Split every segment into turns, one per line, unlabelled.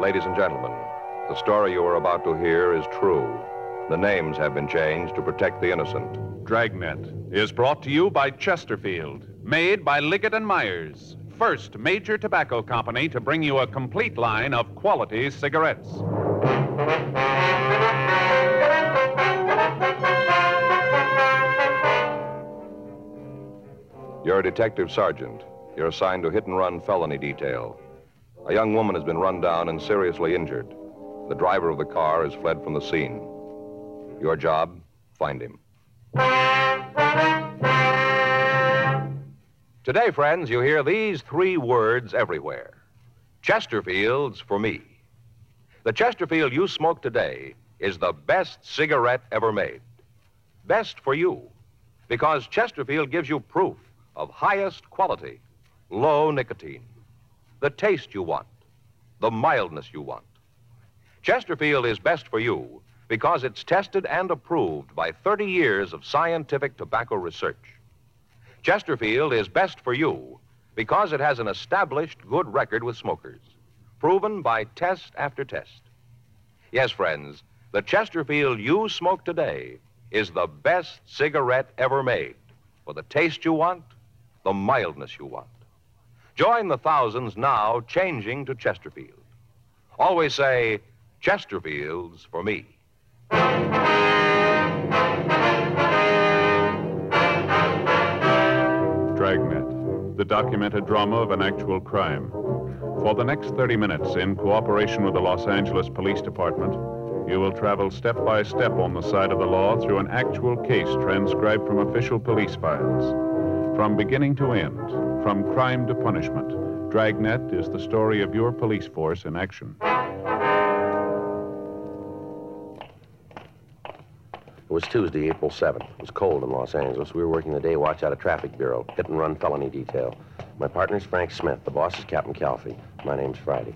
Ladies and gentlemen, the story you are about to hear is true. The names have been changed to protect the innocent.
Dragnet is brought to you by Chesterfield, made by Liggett and Myers, first major tobacco company to bring you a complete line of quality cigarettes.
You're a detective sergeant. You're assigned to hit and run felony detail. A young woman has been run down and seriously injured. The driver of the car has fled from the scene. Your job, find him. Today, friends, you hear these three words everywhere Chesterfield's for me. The Chesterfield you smoke today is the best cigarette ever made. Best for you, because Chesterfield gives you proof of highest quality, low nicotine, the taste you want, the mildness you want. Chesterfield is best for you because it's tested and approved by 30 years of scientific tobacco research. Chesterfield is best for you because it has an established good record with smokers, proven by test after test. Yes, friends, the Chesterfield you smoke today is the best cigarette ever made for the taste you want, the mildness you want. Join the thousands now changing to Chesterfield. Always say, Chesterfield's for me.
Dragnet, the documented drama of an actual crime. For the next 30 minutes, in cooperation with the Los Angeles Police Department, you will travel step by step on the side of the law through an actual case transcribed from official police files. From beginning to end, from crime to punishment, Dragnet is the story of your police force in action.
It was Tuesday, April 7th. It was cold in Los Angeles. We were working the day watch out of Traffic Bureau, hit and run felony detail. My partner's Frank Smith. The boss is Captain Calfee. My name's Friday.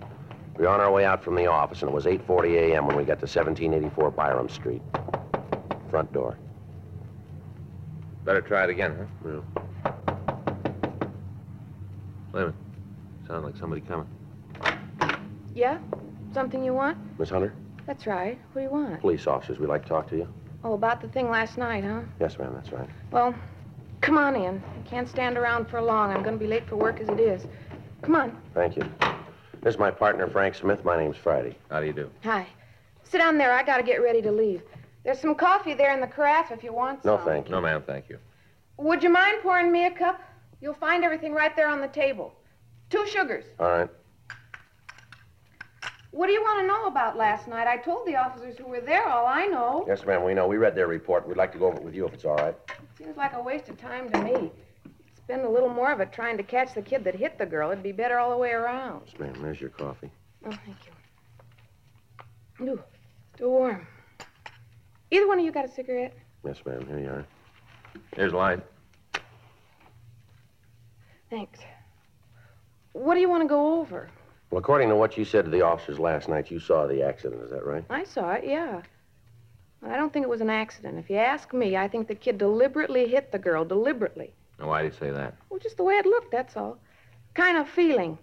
We were on our way out from the office, and it was 8.40 a.m. when we got to 1784 Byram Street. Front door.
Better try it again, huh? Wait a minute. Sound like somebody coming.
Yeah? Something you want?
Miss Hunter,
That's right. What do you want?
police officers, we'd like to talk to you.
Oh, about the thing last night, huh?
Yes, ma'am, that's right.
Well, come on in. I can't stand around for long. I'm going to be late for work as it is. Come on.
Thank you. This is my partner, Frank Smith. My name's Friday.
How do you do?
Hi. Sit down there. I got to get ready to leave. There's some coffee there in the carafe if you want
No,
some.
thank you.
No, ma'am, thank you.
Would you mind pouring me a cup? You'll find everything right there on the table. Two sugars.
All right.
What do you want to know about last night? I told the officers who were there all I know.
Yes, ma'am, we know. We read their report. We'd like to go over it with you if it's all right.
Seems like a waste of time to me. Spend a little more of it trying to catch the kid that hit the girl. It'd be better all the way around.
Yes, ma'am, there's your coffee.
Oh, thank you. Ooh, too warm. Either one of you got a cigarette?
Yes, ma'am, here you are.
Here's a light.
Thanks. What do you want to go over?
Well, according to what you said to the officers last night, you saw the accident, is that right?
I saw it, yeah. But I don't think it was an accident. If you ask me, I think the kid deliberately hit the girl, deliberately.
Now, why do you say that?
Well, just the way it looked, that's all. Kind of feeling.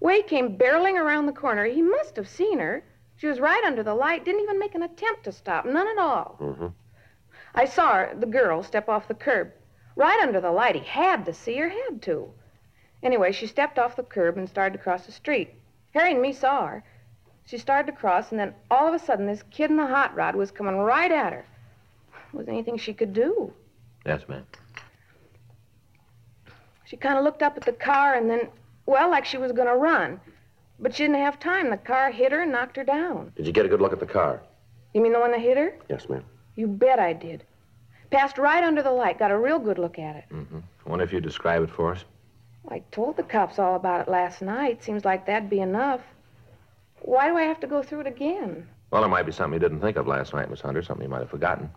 Wade came barreling around the corner. He must have seen her. She was right under the light, didn't even make an attempt to stop, none at all.
Mm-hmm.
I saw her, the girl, step off the curb. Right under the light. He had to see her, had to. Anyway, she stepped off the curb and started to cross the street. Harry and me saw her. She started to cross, and then all of a sudden, this kid in the hot rod was coming right at her. Wasn't anything she could do.
Yes, ma'am.
She kind of looked up at the car and then, well, like she was going to run. But she didn't have time. The car hit her and knocked her down.
Did you get a good look at the car?
You mean the one that hit her?
Yes, ma'am.
You bet I did. Passed right under the light, got a real good look at it.
Mm-hmm. I wonder if you describe it for us.
I told the cops all about it last night. Seems like that'd be enough. Why do I have to go through it again?
Well, there might be something you didn't think of last night, Miss Hunter, something you might have forgotten.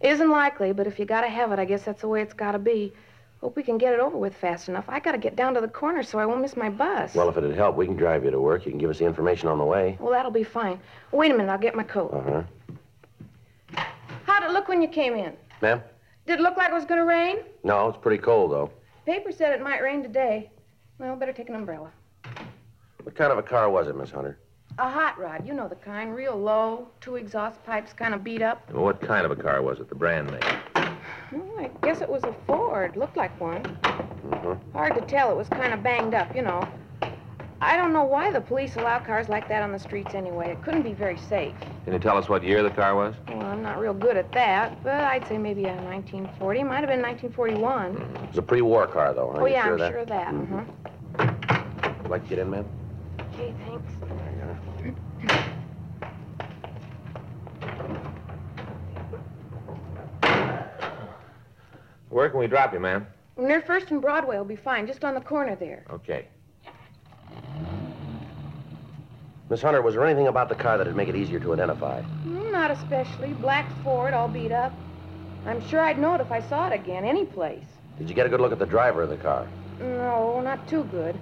Isn't likely, but if you gotta have it, I guess that's the way it's gotta be. Hope we can get it over with fast enough. I gotta get down to the corner so I won't miss my bus.
Well, if it'd help, we can drive you to work. You can give us the information on the way.
Well, that'll be fine. Wait a minute, I'll get my coat.
Uh-huh.
How'd it look when you came in?
Ma'am?
Did it look like it was gonna rain?
No, it's pretty cold, though.
Paper said it might rain today. Well, better take an umbrella.
What kind of a car was it, Miss Hunter?
A hot rod, you know the kind, real low, two exhaust pipes kind of beat up.
Well, what kind of a car was it? The brand name?
Well, I guess it was a Ford, looked like one.
Mm-hmm.
Hard to tell, it was kind of banged up, you know. I don't know why the police allow cars like that on the streets anyway. It couldn't be very safe.
Can you tell us what year the car was?
Well, I'm not real good at that, but I'd say maybe a 1940. Might have been 1941.
It was a pre-war car, though. Are
oh,
you
yeah,
sure
I'm
of that? Mm-hmm.
sure of that. Uh-huh.
Would like to get in, ma'am?
Okay, thanks.
Where can we drop you, ma'am?
Near First and Broadway will be fine, just on the corner there.
Okay.
Miss Hunter, was there anything about the car that'd make it easier to identify?
Mm, Not especially. Black Ford, all beat up. I'm sure I'd know it if I saw it again, any place.
Did you get a good look at the driver of the car?
No, not too good.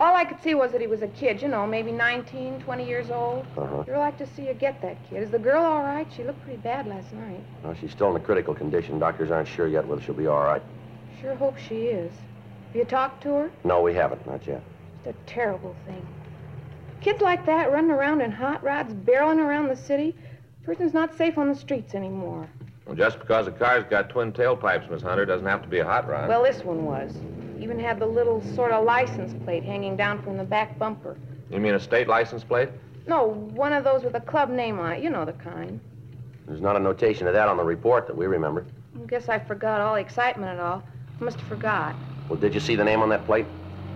All I could see was that he was a kid, you know, maybe 19, 20 years old.
Uh-huh.
You'd like to see you get that kid. Is the girl all right? She looked pretty bad last night.
Well, she's still in a critical condition. Doctors aren't sure yet whether she'll be all right.
Sure hope she is. Have you talked to her?
No, we haven't. Not yet.
It's a terrible thing. Kids like that running around in hot rods, barreling around the city. Person's not safe on the streets anymore.
Well, just because a car's got twin tailpipes, Miss Hunter, doesn't have to be a hot rod.
Well, this one was. Even had the little sort of license plate hanging down from the back bumper.
you mean a state license plate?
No, one of those with a club name on it. You know the kind.
There's not a notation of that on the report that we remember.
I guess I forgot all the excitement at all. Must have forgot.
Well, did you see the name on that plate?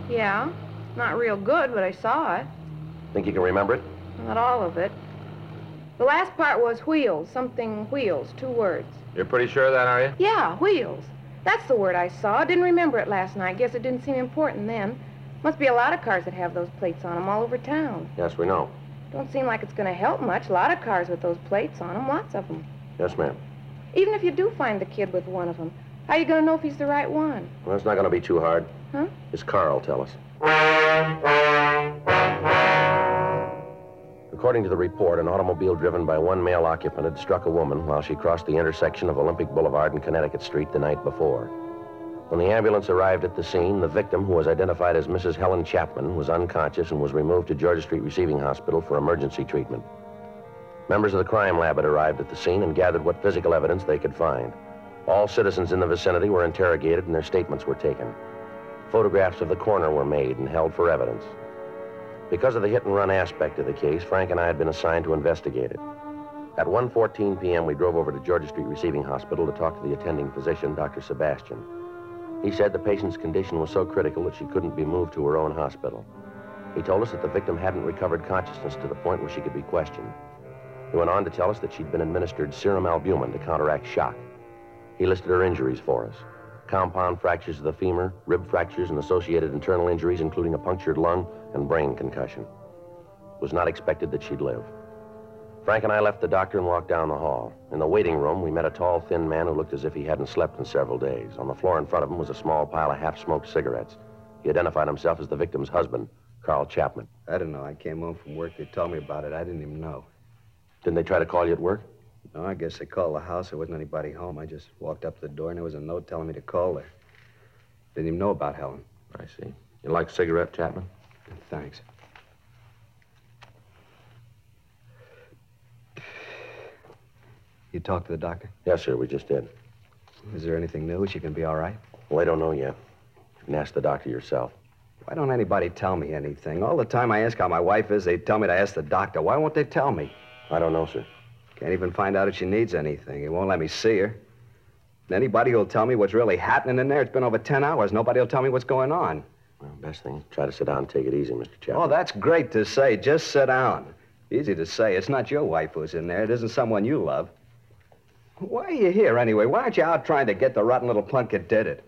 Yeah, not real good, but I saw it.
Think you can remember it?
Not all of it. The last part was wheels, something wheels, two words.
You're pretty sure of that, are you?
Yeah, wheels. That's the word I saw. Didn't remember it last night. Guess it didn't seem important then. Must be a lot of cars that have those plates on them all over town.
Yes, we know.
Don't seem like it's going to help much. A lot of cars with those plates on them, lots of them.
Yes, ma'am.
Even if you do find the kid with one of them, how you going to know if he's the right one?
Well, it's not going to be too hard.
Huh?
His car will tell us. According to the report, an automobile driven by one male occupant had struck a woman while she crossed the intersection of Olympic Boulevard and Connecticut Street the night before. When the ambulance arrived at the scene, the victim, who was identified as Mrs. Helen Chapman, was unconscious and was removed to Georgia Street Receiving Hospital for emergency treatment. Members of the crime lab had arrived at the scene and gathered what physical evidence they could find. All citizens in the vicinity were interrogated and their statements were taken. Photographs of the corner were made and held for evidence. Because of the hit and run aspect of the case, Frank and I had been assigned to investigate it. At 1:14 p.m., we drove over to Georgia Street Receiving Hospital to talk to the attending physician, Dr. Sebastian. He said the patient's condition was so critical that she couldn't be moved to her own hospital. He told us that the victim hadn't recovered consciousness to the point where she could be questioned. He went on to tell us that she'd been administered serum albumin to counteract shock. He listed her injuries for us compound fractures of the femur, rib fractures, and associated internal injuries, including a punctured lung and brain concussion. It was not expected that she'd live. Frank and I left the doctor and walked down the hall. In the waiting room, we met a tall, thin man who looked as if he hadn't slept in several days. On the floor in front of him was a small pile of half smoked cigarettes. He identified himself as the victim's husband, Carl Chapman.
I don't know. I came home from work. They told me about it. I didn't even know.
Didn't they try to call you at work?
No, I guess they called the house. There wasn't anybody home. I just walked up to the door and there was a note telling me to call there. Didn't even know about Helen.
I see. You like a cigarette, Chapman?
Thanks. You talked to the doctor?
Yes, sir, we just did.
Is there anything new? She can be all right?
Well, they don't know yet. You can ask the doctor yourself.
Why don't anybody tell me anything? All the time I ask how my wife is, they tell me to ask the doctor. Why won't they tell me?
I don't know, sir.
Can't even find out if she needs anything. He won't let me see her. And Anybody who'll tell me what's really happening in there, it's been over 10 hours. Nobody will tell me what's going on.
Well, best thing, try to sit down and take it easy, Mr. Chapman.
Oh, that's great to say. Just sit down. Easy to say. It's not your wife who's in there. It isn't someone you love. Why are you here anyway? Why aren't you out trying to get the rotten little punk that did it?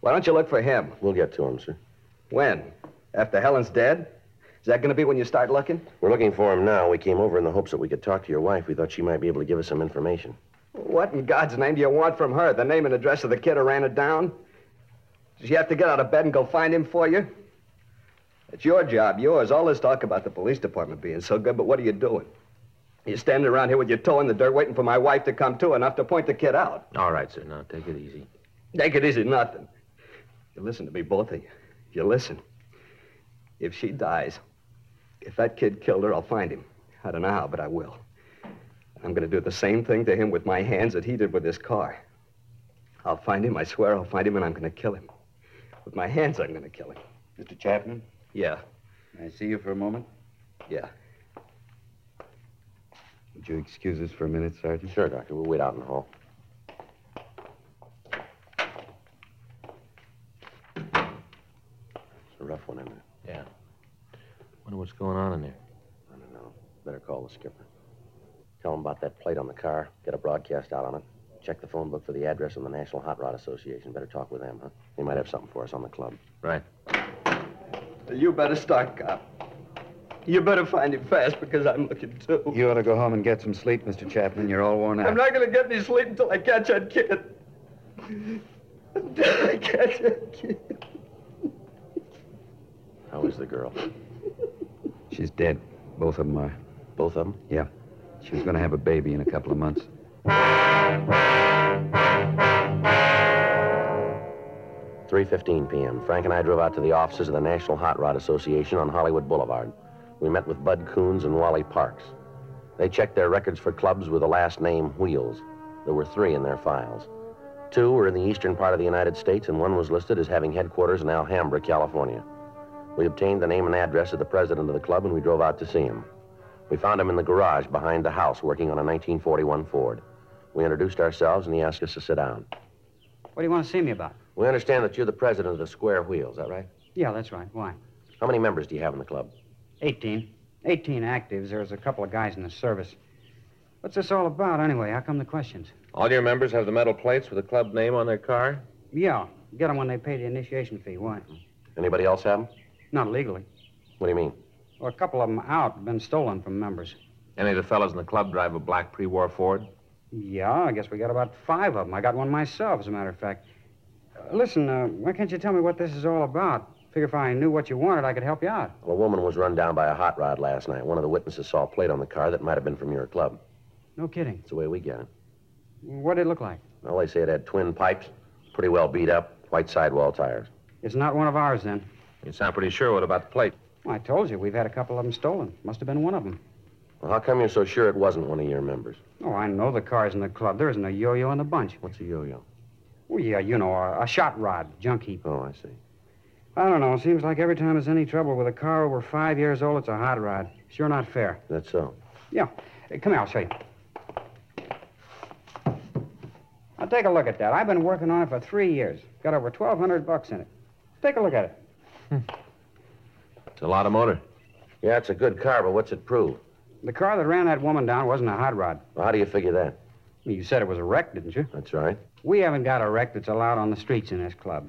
Why don't you look for him?
We'll get to him, sir.
When? After Helen's dead? Is that going to be when you start looking?
We're looking for him now. We came over in the hopes that we could talk to your wife. We thought she might be able to give us some information.
What in God's name do you want from her? The name and address of the kid who ran her down? Does she have to get out of bed and go find him for you? It's your job, yours. All this talk about the police department being so good, but what are you doing? You're standing around here with your toe in the dirt waiting for my wife to come to enough to point the kid out.
All right, sir. Now, take it easy.
Take it easy, nothing. You listen to me, both of you. You listen. If she dies, If that kid killed her, I'll find him. I don't know how, but I will. And I'm going to do the same thing to him with my hands that he did with his car. I'll find him, I swear I'll find him, and I'm going to kill him. With my hands, I'm going to kill him.
Mr. Chapman,
Yeah,
may I see you for a moment?
yeah.
Would you excuse us for a minute, Sergeant?
Sure, Doctor. We'll wait out in the hall. It's a rough one, isn't it?
Wonder what's going on in there.
I don't know. Better call the skipper. Tell him about that plate on the car. Get a broadcast out on it. Check the phone book for the address of the National Hot Rod Association. Better talk with them, huh? They might have something for us on the club.
You better start, cop. You better find him fast because I'm looking too.
You ought to go home and get some sleep, Mr. Chapman. You're all worn out.
I'm not going to get any sleep until I catch that kid. Until I catch that kid.
How is the girl?
She's dead. Both of them are.
Both of them?
Yeah. She was going to have a baby in a couple of months.
Three fifteen p.m. Frank and I drove out to the offices of the National Hot Rod Association on Hollywood Boulevard. We met with Bud Coons and Wally Parks. They checked their records for clubs with the last name Wheels. There were three in their files. Two were in the eastern part of the United States, and one was listed as having headquarters in Alhambra, California. We obtained the name and address of the president of the club, and we drove out to see him. We found him in the garage behind the house working on a 1941 Ford. We introduced ourselves, and he asked us to sit down.
What do you want to see me about?
We understand that you're the president of the Square Wheel, is that right?
Yeah, that's right. Why?
How many members do you have in the club?
18. 18 actives. There's a couple of guys in the service. What's this all about, anyway? How come the questions?
All your members have the metal plates with the club name on their car?
Yeah, get them when they pay the initiation fee. Why?
Anybody else have them?
Not legally.
What do you mean?
Well, a couple of them out, been stolen from members.
Any of the fellas in the club drive a black pre-war Ford?
Yeah, I guess we got about five of them. I got one myself, as a matter of fact. Uh, listen, uh, why can't you tell me what this is all about? Figure if I knew what you wanted, I could help you out.
Well, a woman was run down by a hot rod last night. One of the witnesses saw a plate on the car that might have been from your club.
No kidding.
That's the way we get it.
What did it look like?
Well, they say it had twin pipes, pretty well beat up, white sidewall tires.
It's not one of ours, then.
You sound pretty sure. What about the plate?
Well, I told you, we've had a couple of them stolen. Must have been one of them.
Well, how come you're so sure it wasn't one of your members?
Oh, I know the cars in the club. There isn't a yo-yo in the bunch.
What's a yo-yo?
Well, yeah, you know, a, a shot rod, junk heap.
Oh, I see.
I don't know. Seems like every time there's any trouble with a car over five years old, it's a hot rod. Sure not fair.
That's so.
Yeah. Uh, Come here, I'll show you. Now take a look at that. I've been working on it for three years. Got over twelve hundred bucks in it. Take a look at it.
It's a lot of motor.
Yeah, it's a good car, but what's it prove?
The car that ran that woman down wasn't a hot rod.
Well, how do you figure that?
You said it was a wreck, didn't you?
That's right.
We haven't got a wreck that's allowed on the streets in this club.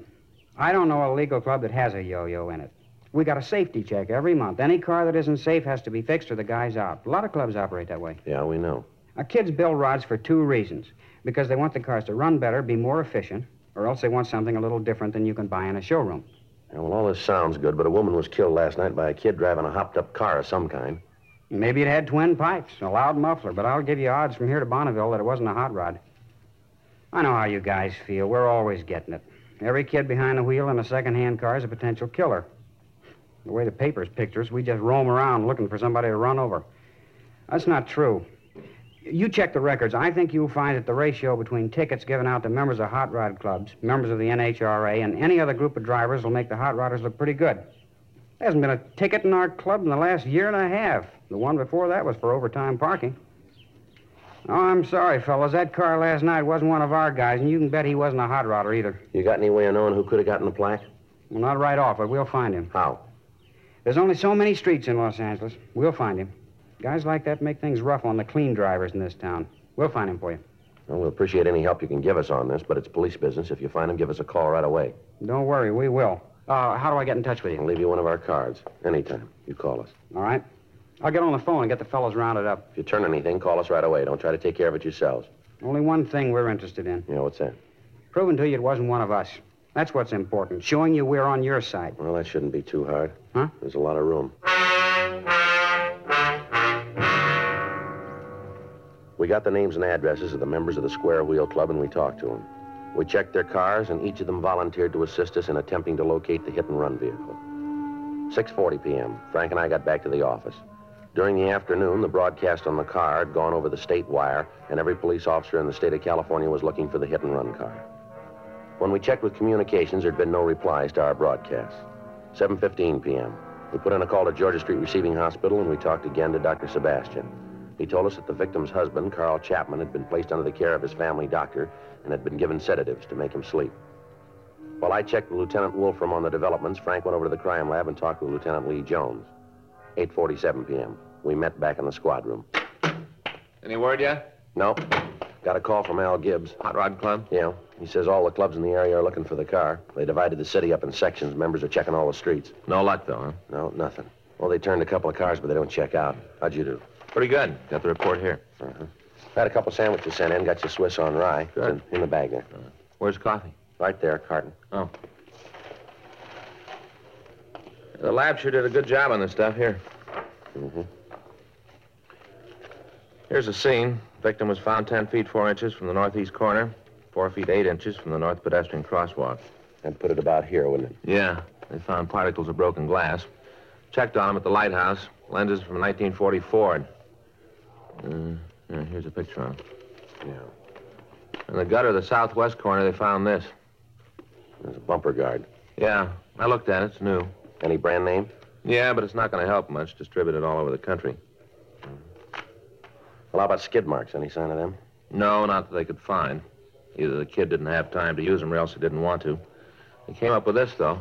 I don't know a legal club that has a yo-yo in it. We got a safety check every month. Any car that isn't safe has to be fixed or the guy's out. A lot of clubs operate that way.
Yeah, we know.
Our kids build rods for two reasons. Because they want the cars to run better, be more efficient, or else they want something a little different than you can buy in a showroom.
Yeah, well, all this sounds good, but a woman was killed last night by a kid driving a hopped-up car of some kind.
Maybe it had twin pipes, a loud muffler, but I'll give you odds from here to Bonneville that it wasn't a hot rod. I know how you guys feel. We're always getting it. Every kid behind the wheel in a second-hand car is a potential killer. The way the papers picture us, we just roam around looking for somebody to run over. That's not true. You check the records. I think you'll find that the ratio between tickets given out to members of hot rod clubs, members of the NHRA, and any other group of drivers will make the hot rodders look pretty good. There hasn't been a ticket in our club in the last year and a half. The one before that was for overtime parking. Oh, I'm sorry, fellas. That car last night wasn't one of our guys, and you can bet he wasn't a hot rodder either.
You got any way of knowing who could have gotten the plaque?
Well, not right off, but we'll find him.
How?
There's only so many streets in Los Angeles. We'll find him. Guys like that make things rough on the clean drivers in this town. We'll find him for you.
Well, we'll appreciate any help you can give us on this, but it's police business. If you find him, give us a call right away.
Don't worry, we will. Uh, how do I get in touch with
I'll
you?
leave you one of our cards. Anytime. You call us.
All right. I'll get on the phone and get the fellas rounded up.
If you turn anything, call us right away. Don't try to take care of it yourselves.
Only one thing we're interested in.
You know what's that?
Proving to you it wasn't one of us. That's what's important. Showing you we're on your side.
Well, that shouldn't be too hard.
Huh?
There's a lot of room. We got the names and addresses of the members of the Square Wheel Club and we talked to them. We checked their cars, and each of them volunteered to assist us in attempting to locate the hit and run vehicle. 6:40 p.m. Frank and I got back to the office. During the afternoon, the broadcast on the car had gone over the state wire, and every police officer in the state of California was looking for the hit and run car. When we checked with communications, there'd been no replies to our broadcast. 7:15 p.m. We put in a call to Georgia Street Receiving Hospital, and we talked again to Dr. Sebastian. He told us that the victim's husband, Carl Chapman, had been placed under the care of his family doctor and had been given sedatives to make him sleep. While I checked with Lieutenant Wolfram on the developments, Frank went over to the crime lab and talked with Lieutenant Lee Jones. 8:47 p.m. We met back in the squad room.
Any word yet?
No, got a call from Al Gibbs.
Hot Rod Club?
Yeah, he says all the clubs in the area are looking for the car. They divided the city up in sections. Members are checking all the streets.
No luck, though, huh?
No, nothing. Well, they turned a couple of cars, but they don't check out. How'd you do? Uh-huh.
Pretty good. Got the report here.
Had a couple sandwiches sent in. Got your Swiss on rye. It's
Good.
In, in the bag there.
Where's the coffee?
Right there, carton.
Oh. The lab sure did a good job on this stuff here.
Mm-hmm.
Here's the scene. Victim was found 10 feet 4 inches from the northeast corner, 4 feet 8 inches from the north pedestrian crosswalk.
And put it about here, wouldn't it?
Yeah, they found particles of broken glass. Checked on them at the lighthouse. Lenses from 1944. And, uh, yeah, here's a picture of them.
Yeah.
In the gutter of the southwest corner, they found this.
There's a bumper guard.
Yeah, I looked at it. It's new.
Any brand name?
Yeah, but it's not going to help much. Distributed all over the country.
Mm-hmm. Well, how about skid marks? Any sign of them?
No, not that they could find. Either the kid didn't have time to use them or else he didn't want to. They came up with this, though.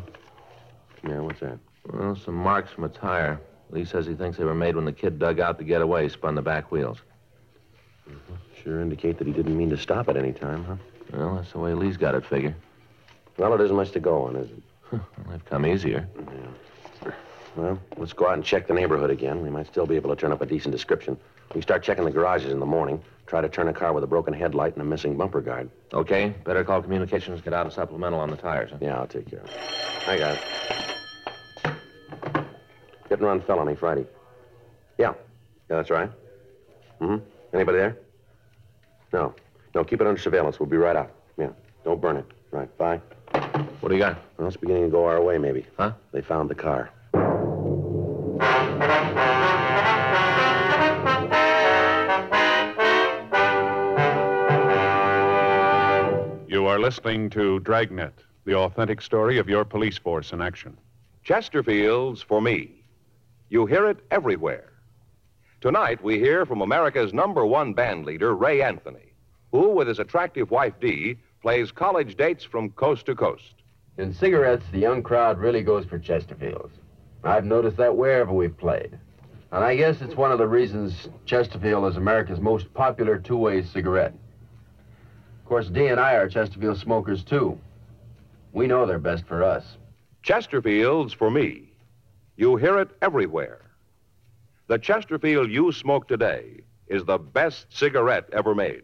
Yeah, what's that?
Well, some marks from a tire. Lee says he thinks they were made when the kid dug out to get away, spun the back wheels.
Sure indicate that he didn't mean to stop at any time, huh?
Well, that's the way Lee's got it figured.
Well, it isn't much to go on, is it?
Well, they've come easier.
Well, let's go out and check the neighborhood again. We might still be able to turn up a decent description. We start checking the garages in the morning. Try to turn a car with a broken headlight and a missing bumper guard.
Okay, better call communications, get out a supplemental on the tires. Huh?
Yeah, I'll take care of it. I got it. Hit and run felony Friday. Yeah. Yeah, that's right. Mm-hmm. Anybody there? No. No, keep it under surveillance. We'll be right out. Yeah. Don't burn it. Right. Bye.
What do you got?
Well, it's beginning to go our way, maybe.
Huh?
They found the car.
You are listening to Dragnet, the authentic story of your police force in action.
Chesterfield's for me. You hear it everywhere. Tonight, we hear from America's number one band leader, Ray Anthony, who, with his attractive wife, Dee, plays college dates from coast to coast.
In cigarettes, the young crowd really goes for Chesterfields. I've noticed that wherever we've played. And I guess it's one of the reasons Chesterfield is America's most popular two-way cigarette. Of course, Dee and I are Chesterfield smokers, too. We know they're best for us.
Chesterfield's for me. You hear it everywhere. The Chesterfield you smoke today is the best cigarette ever made.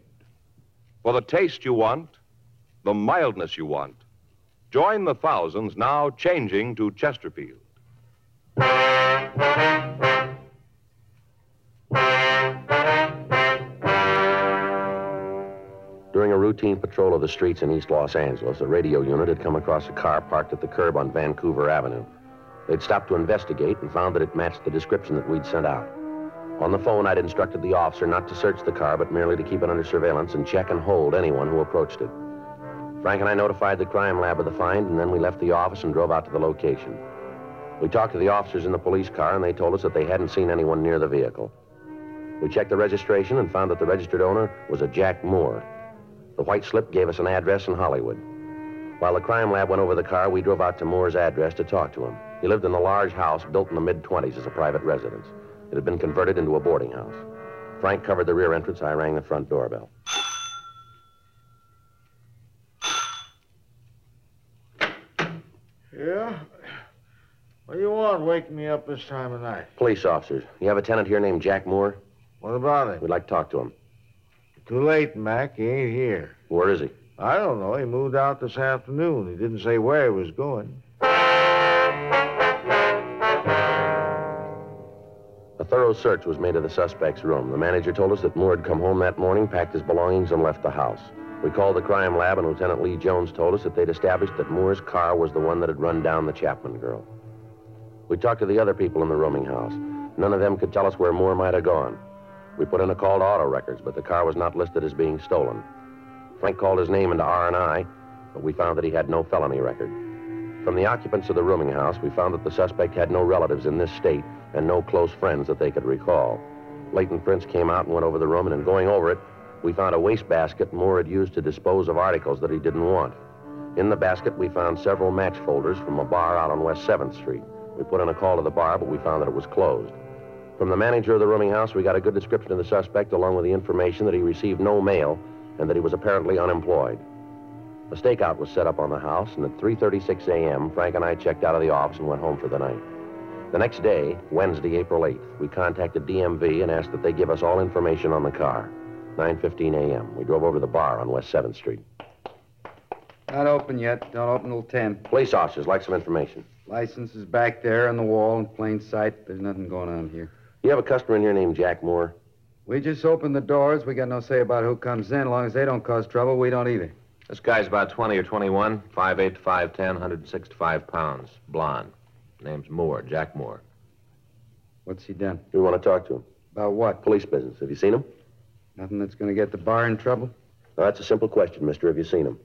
For the taste you want, the mildness you want, join the thousands now changing to Chesterfield.
During a routine patrol of the streets in East Los Angeles, a radio unit had come across a car parked at the curb on Vancouver Avenue. They'd stopped to investigate and found that it matched the description that we'd sent out. On the phone, I'd instructed the officer not to search the car, but merely to keep it under surveillance and check and hold anyone who approached it. Frank and I notified the crime lab of the find, and then we left the office and drove out to the location. We talked to the officers in the police car, and they told us that they hadn't seen anyone near the vehicle. We checked the registration and found that the registered owner was a Jack Moore, the white slip gave us an address in Hollywood. While the crime lab went over the car, we drove out to Moore's address to talk to him. He lived in a large house built in the mid 20s as a private residence. It had been converted into a boarding house. Frank covered the rear entrance. I rang the front doorbell.
Yeah? What do you want waking me up this time of night?
Police officers, you have a tenant here named Jack Moore?
What about him?
We'd like to talk to him.
Too late, Mac. He ain't here.
Where is he?
I don't know. He moved out this afternoon. He didn't say where he was going.
A thorough search was made of the suspect's room. The manager told us that Moore had come home that morning, packed his belongings, and left the house. We called the crime lab, and Lieutenant Lee Jones told us that they'd established that Moore's car was the one that had run down the Chapman girl. We talked to the other people in the rooming house. None of them could tell us where Moore might have gone. We put in a call to auto records, but the car was not listed as being stolen. Frank called his name into R&I, but we found that he had no felony record. From the occupants of the rooming house, we found that the suspect had no relatives in this state and no close friends that they could recall. Leighton Prince came out and went over the room, and in going over it, we found a wastebasket Moore had used to dispose of articles that he didn't want. In the basket, we found several match folders from a bar out on West 7th Street. We put in a call to the bar, but we found that it was closed. From the manager of the rooming house, we got a good description of the suspect, along with the information that he received no mail and that he was apparently unemployed. A stakeout was set up on the house, and at 3.36 a.m., Frank and I checked out of the office and went home for the night. The next day, Wednesday, April 8th, we contacted DMV and asked that they give us all information on the car. 9.15 a.m., we drove over to the bar on West 7th Street.
Not open yet. Don't open till 10.
Police officers like some information.
License is back there on the wall in plain sight. There's nothing going on here.
You have a customer in here named Jack Moore?
We just opened the doors. We got no say about who comes in. As long as they don't cause trouble, we don't either.
This guy's about 20 or 21, 5'8 to 5'10, 165 pounds, blonde. Name's Moore, Jack Moore.
What's he done?
We want to talk to him.
About what?
Police business. Have you seen him?
Nothing that's going to get the bar in trouble?
Now, that's a simple question, mister. Have you seen him?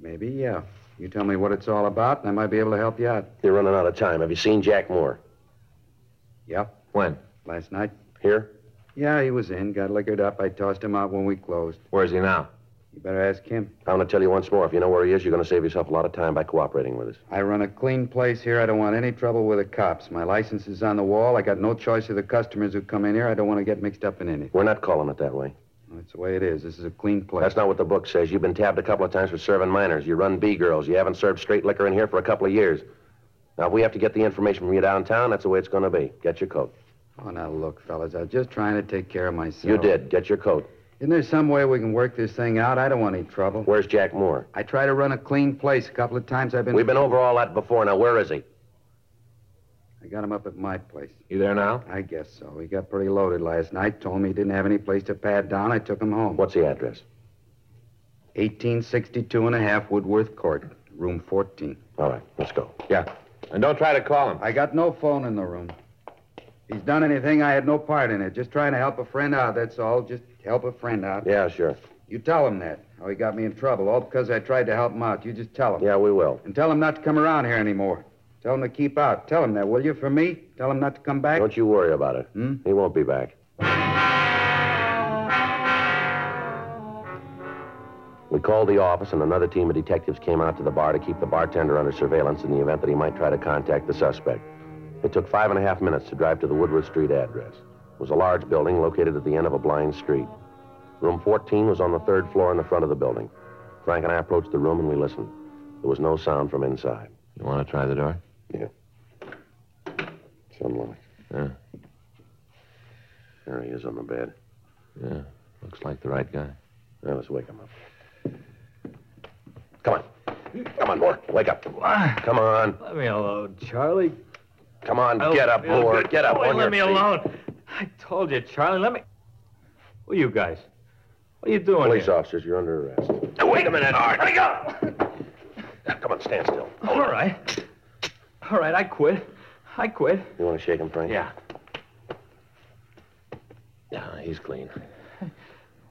Maybe, yeah. You tell me what it's all about, and I might be able to help you out.
You're running out of time. Have you seen Jack Moore?
Yeah.
When?
Last night.
Here?
Yeah, he was in. Got liquored up. I tossed him out when we closed.
Where is he now?
You better ask him.
I'm going to tell you once more. If you know where he is, you're going to save yourself a lot of time by cooperating with us.
I run a clean place here. I don't want any trouble with the cops. My license is on the wall. I got no choice of the customers who come in here. I don't want to get mixed up in any.
We're not calling it that way.
Well, that's the way it is. This is a clean place.
That's not what the book says. You've been tabbed a couple of times for serving minors. You run B girls. You haven't served straight liquor in here for a couple of years. Now, if we have to get the information from you downtown, that's the way it's going to be. Get your coat.
Oh, now look, fellas. I was just trying to take care of myself.
You did. Get your coat.
Isn't there some way we can work this thing out? I don't want any trouble.
Where's Jack Moore?
I try to run a clean place. A couple of times I've been.
We've been over all that before. Now, where is he?
I got him up at my place.
You there now?
I guess so. He got pretty loaded last night. Told me he didn't have any place to pad down. I took him home.
What's the address?
1862 and a half Woodworth Court, room 14.
All right, let's go.
Yeah. And don't try to call him.
I got no phone in the room. If he's done anything, I had no part in it. Just trying to help a friend out, that's all. Just help a friend out.
Yeah, sure.
You tell him that. How he got me in trouble, all because I tried to help him out. You just tell him.
Yeah, we will.
And tell him not to come around here anymore. Tell him to keep out. Tell him that, will you, for me? Tell him not to come back?
Don't you worry about it.
Hmm?
He won't be back. We called the office, and another team of detectives came out to the bar to keep the bartender under surveillance in the event that he might try to contact the suspect. It took five and a half minutes to drive to the Woodward Street address. It was a large building located at the end of a blind street. Room 14 was on the third floor in the front of the building. Frank and I approached the room and we listened. There was no sound from inside.
You want to try the door?
It's unlocked.
Yeah.
There he is on the bed.
Yeah. Looks like the right guy.
Now let's wake him up. Come on. Come on, Moore. Wake up. Come on.
Let me alone, Charlie.
Come on.
I don't
Get up,
feel
Moore.
Oh, good.
Get up
Boy,
on
let
your
me
feet.
alone. I told you, Charlie. Let me. Who are you guys? What are you doing
Police
here?
officers, you're under arrest. Now, wait a minute, Art. Let me go. Now, come on, stand still.
All right. All right, I quit. I quit.
You want to shake him, Frank?
Yeah.
Yeah, he's clean.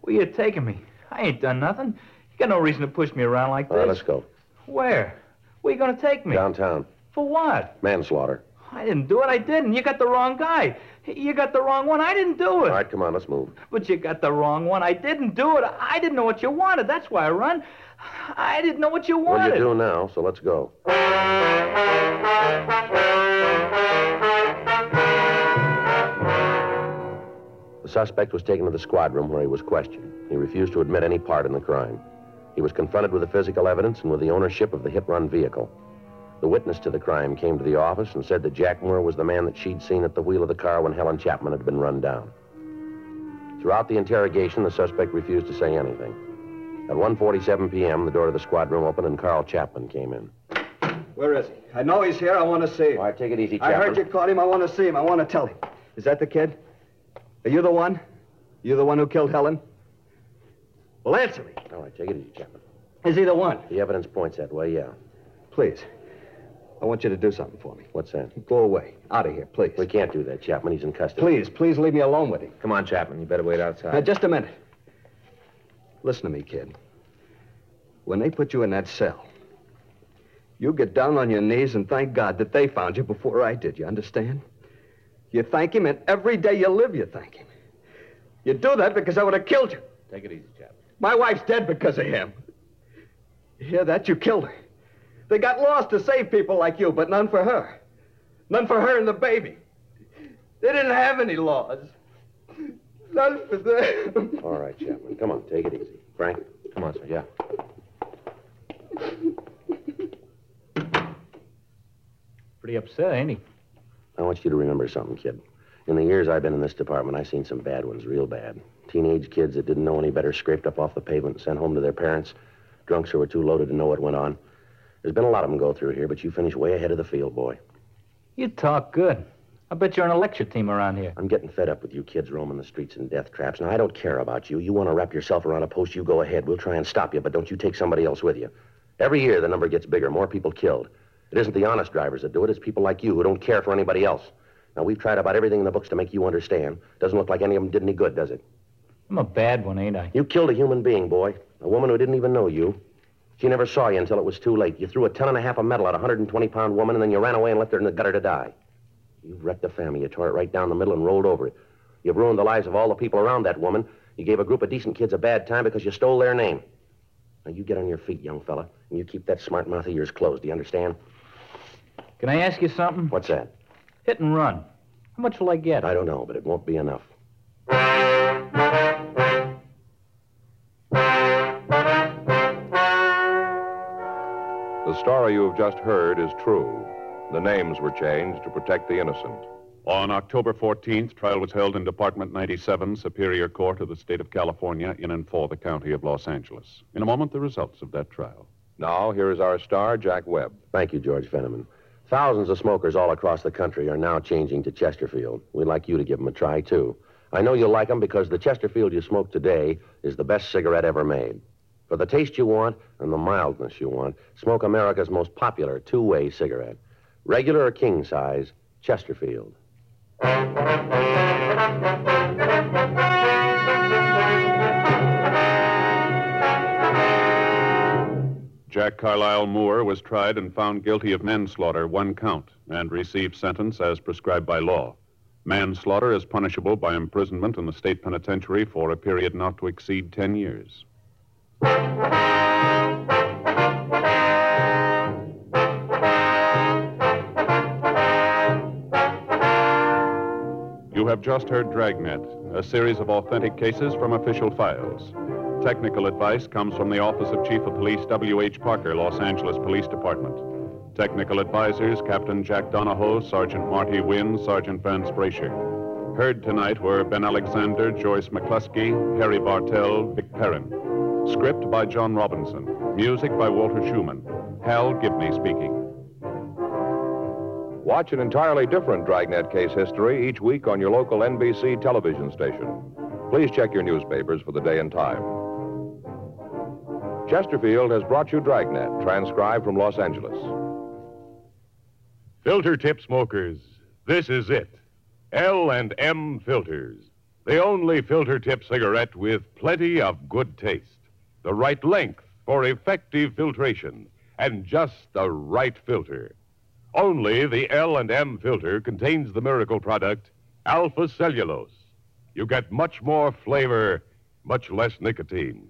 Where you taking me? I ain't done nothing. You got no reason to push me around like
All right,
this.
let's go.
Where? Where you gonna take me?
Downtown.
For what?
Manslaughter.
I didn't do it. I didn't. You got the wrong guy. You got the wrong one. I didn't do it.
All right, come on, let's move.
But you got the wrong one. I didn't do it. I didn't know what you wanted. That's why I run. I didn't know what you
Well,
wanted.
you do now, so let's go. The suspect was taken to the squad room where he was questioned. He refused to admit any part in the crime. He was confronted with the physical evidence and with the ownership of the hit run vehicle. The witness to the crime came to the office and said that Jack Moore was the man that she'd seen at the wheel of the car when Helen Chapman had been run down. Throughout the interrogation, the suspect refused to say anything. At 1.47 p.m., the door to the squad room opened and Carl Chapman came in.
Where is he? I know he's here. I want to see him.
All right, take it easy,
I
Chapman.
heard you called him. I want to see him. I want to tell him. Is that the kid? Are you the one? You the one who killed Helen? Well, answer me.
All right, take it easy, Chapman.
Is he the one?
The evidence points that way, yeah.
Please. I want you to do something for me.
What's that?
Go away. Out of here, please.
We can't do that, Chapman. He's in custody.
Please, please leave me alone with him.
Come on, Chapman. You better wait outside.
Now, just a minute. Listen to me, kid. When they put you in that cell, you get down on your knees and thank God that they found you before I did. You understand? You thank him, and every day you live, you thank him. You do that because I would have killed you.
Take it easy, Chapman.
My wife's dead because of him. You hear that? You killed her. They got laws to save people like you, but none for her. None for her and the baby. They didn't have any laws. None for them.
All right, Chapman. Come on, take it easy. Frank?
Come on, sir. Yeah.
Pretty upset, ain't he?
I want you to remember something, kid. In the years I've been in this department, I've seen some bad ones, real bad. Teenage kids that didn't know any better scraped up off the pavement and sent home to their parents. Drunks who were too loaded to know what went on. There's been a lot of them go through here, but you finish way ahead of the field, boy.
You talk good. I bet you're on a lecture team around here.
I'm getting fed up with you kids roaming the streets in death traps. Now, I don't care about you. You want to wrap yourself around a post, you go ahead. We'll try and stop you, but don't you take somebody else with you. Every year, the number gets bigger, more people killed. It isn't the honest drivers that do it, it's people like you who don't care for anybody else. Now, we've tried about everything in the books to make you understand. Doesn't look like any of them did any good, does it?
I'm a bad one, ain't I?
You killed a human being, boy. A woman who didn't even know you. She never saw you until it was too late. You threw a ton and a half of metal at a 120 pound woman, and then you ran away and left her in the gutter to die. You wrecked a family. You tore it right down the middle and rolled over it. You've ruined the lives of all the people around that woman. You gave a group of decent kids a bad time because you stole their name. Now, you get on your feet, young fella, and you keep that smart mouth of yours closed. Do you understand?
Can I ask you something?
What's that?
Hit and run. How much will I get?
I don't know, but it won't be enough.
The story you have just heard is true. The names were changed to protect the innocent.
On October 14th, trial was held in Department 97, Superior Court of the State of California, in and for the County of Los Angeles. In a moment, the results of that trial.
Now, here is our star, Jack Webb.
Thank you, George Fenneman. Thousands of smokers all across the country are now changing to Chesterfield. We'd like you to give them a try, too. I know you'll like them because the Chesterfield you smoke today is the best cigarette ever made. For the taste you want and the mildness you want, smoke America's most popular two way cigarette. Regular or king size, Chesterfield.
Jack Carlisle Moore was tried and found guilty of manslaughter, one count, and received sentence as prescribed by law. Manslaughter is punishable by imprisonment in the state penitentiary for a period not to exceed 10 years. You have just heard Dragnet, a series of authentic cases from official files. Technical advice comes from the Office of Chief of Police W.H. Parker, Los Angeles Police Department. Technical advisors Captain Jack Donahoe, Sergeant Marty Wynn, Sergeant Vance Brasher. Heard tonight were Ben Alexander, Joyce McCluskey, Harry Bartell, Vic Perrin. Script by John Robinson. Music by Walter Schumann. Hal Gibney speaking.
Watch an entirely different Dragnet case history each week on your local NBC television station. Please check your newspapers for the day and time. Chesterfield has brought you Dragnet, transcribed from Los Angeles.
Filter tip smokers, this is it. L and M filters. The only filter tip cigarette with plenty of good taste. The right length for effective filtration and just the right filter. Only the L and M filter contains the miracle product, alpha cellulose. You get much more flavor, much less nicotine.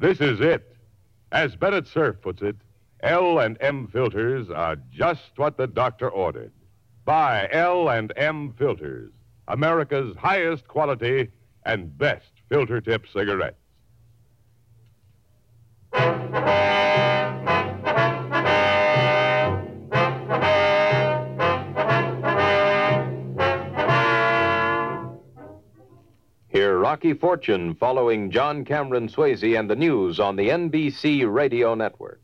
This is it. As Bennett Cerf puts it, L and M filters are just what the doctor ordered. Buy L and M filters, America's highest quality and best filter tip cigarette.
Hear Rocky Fortune following John Cameron Swayze and the news on the NBC Radio Network.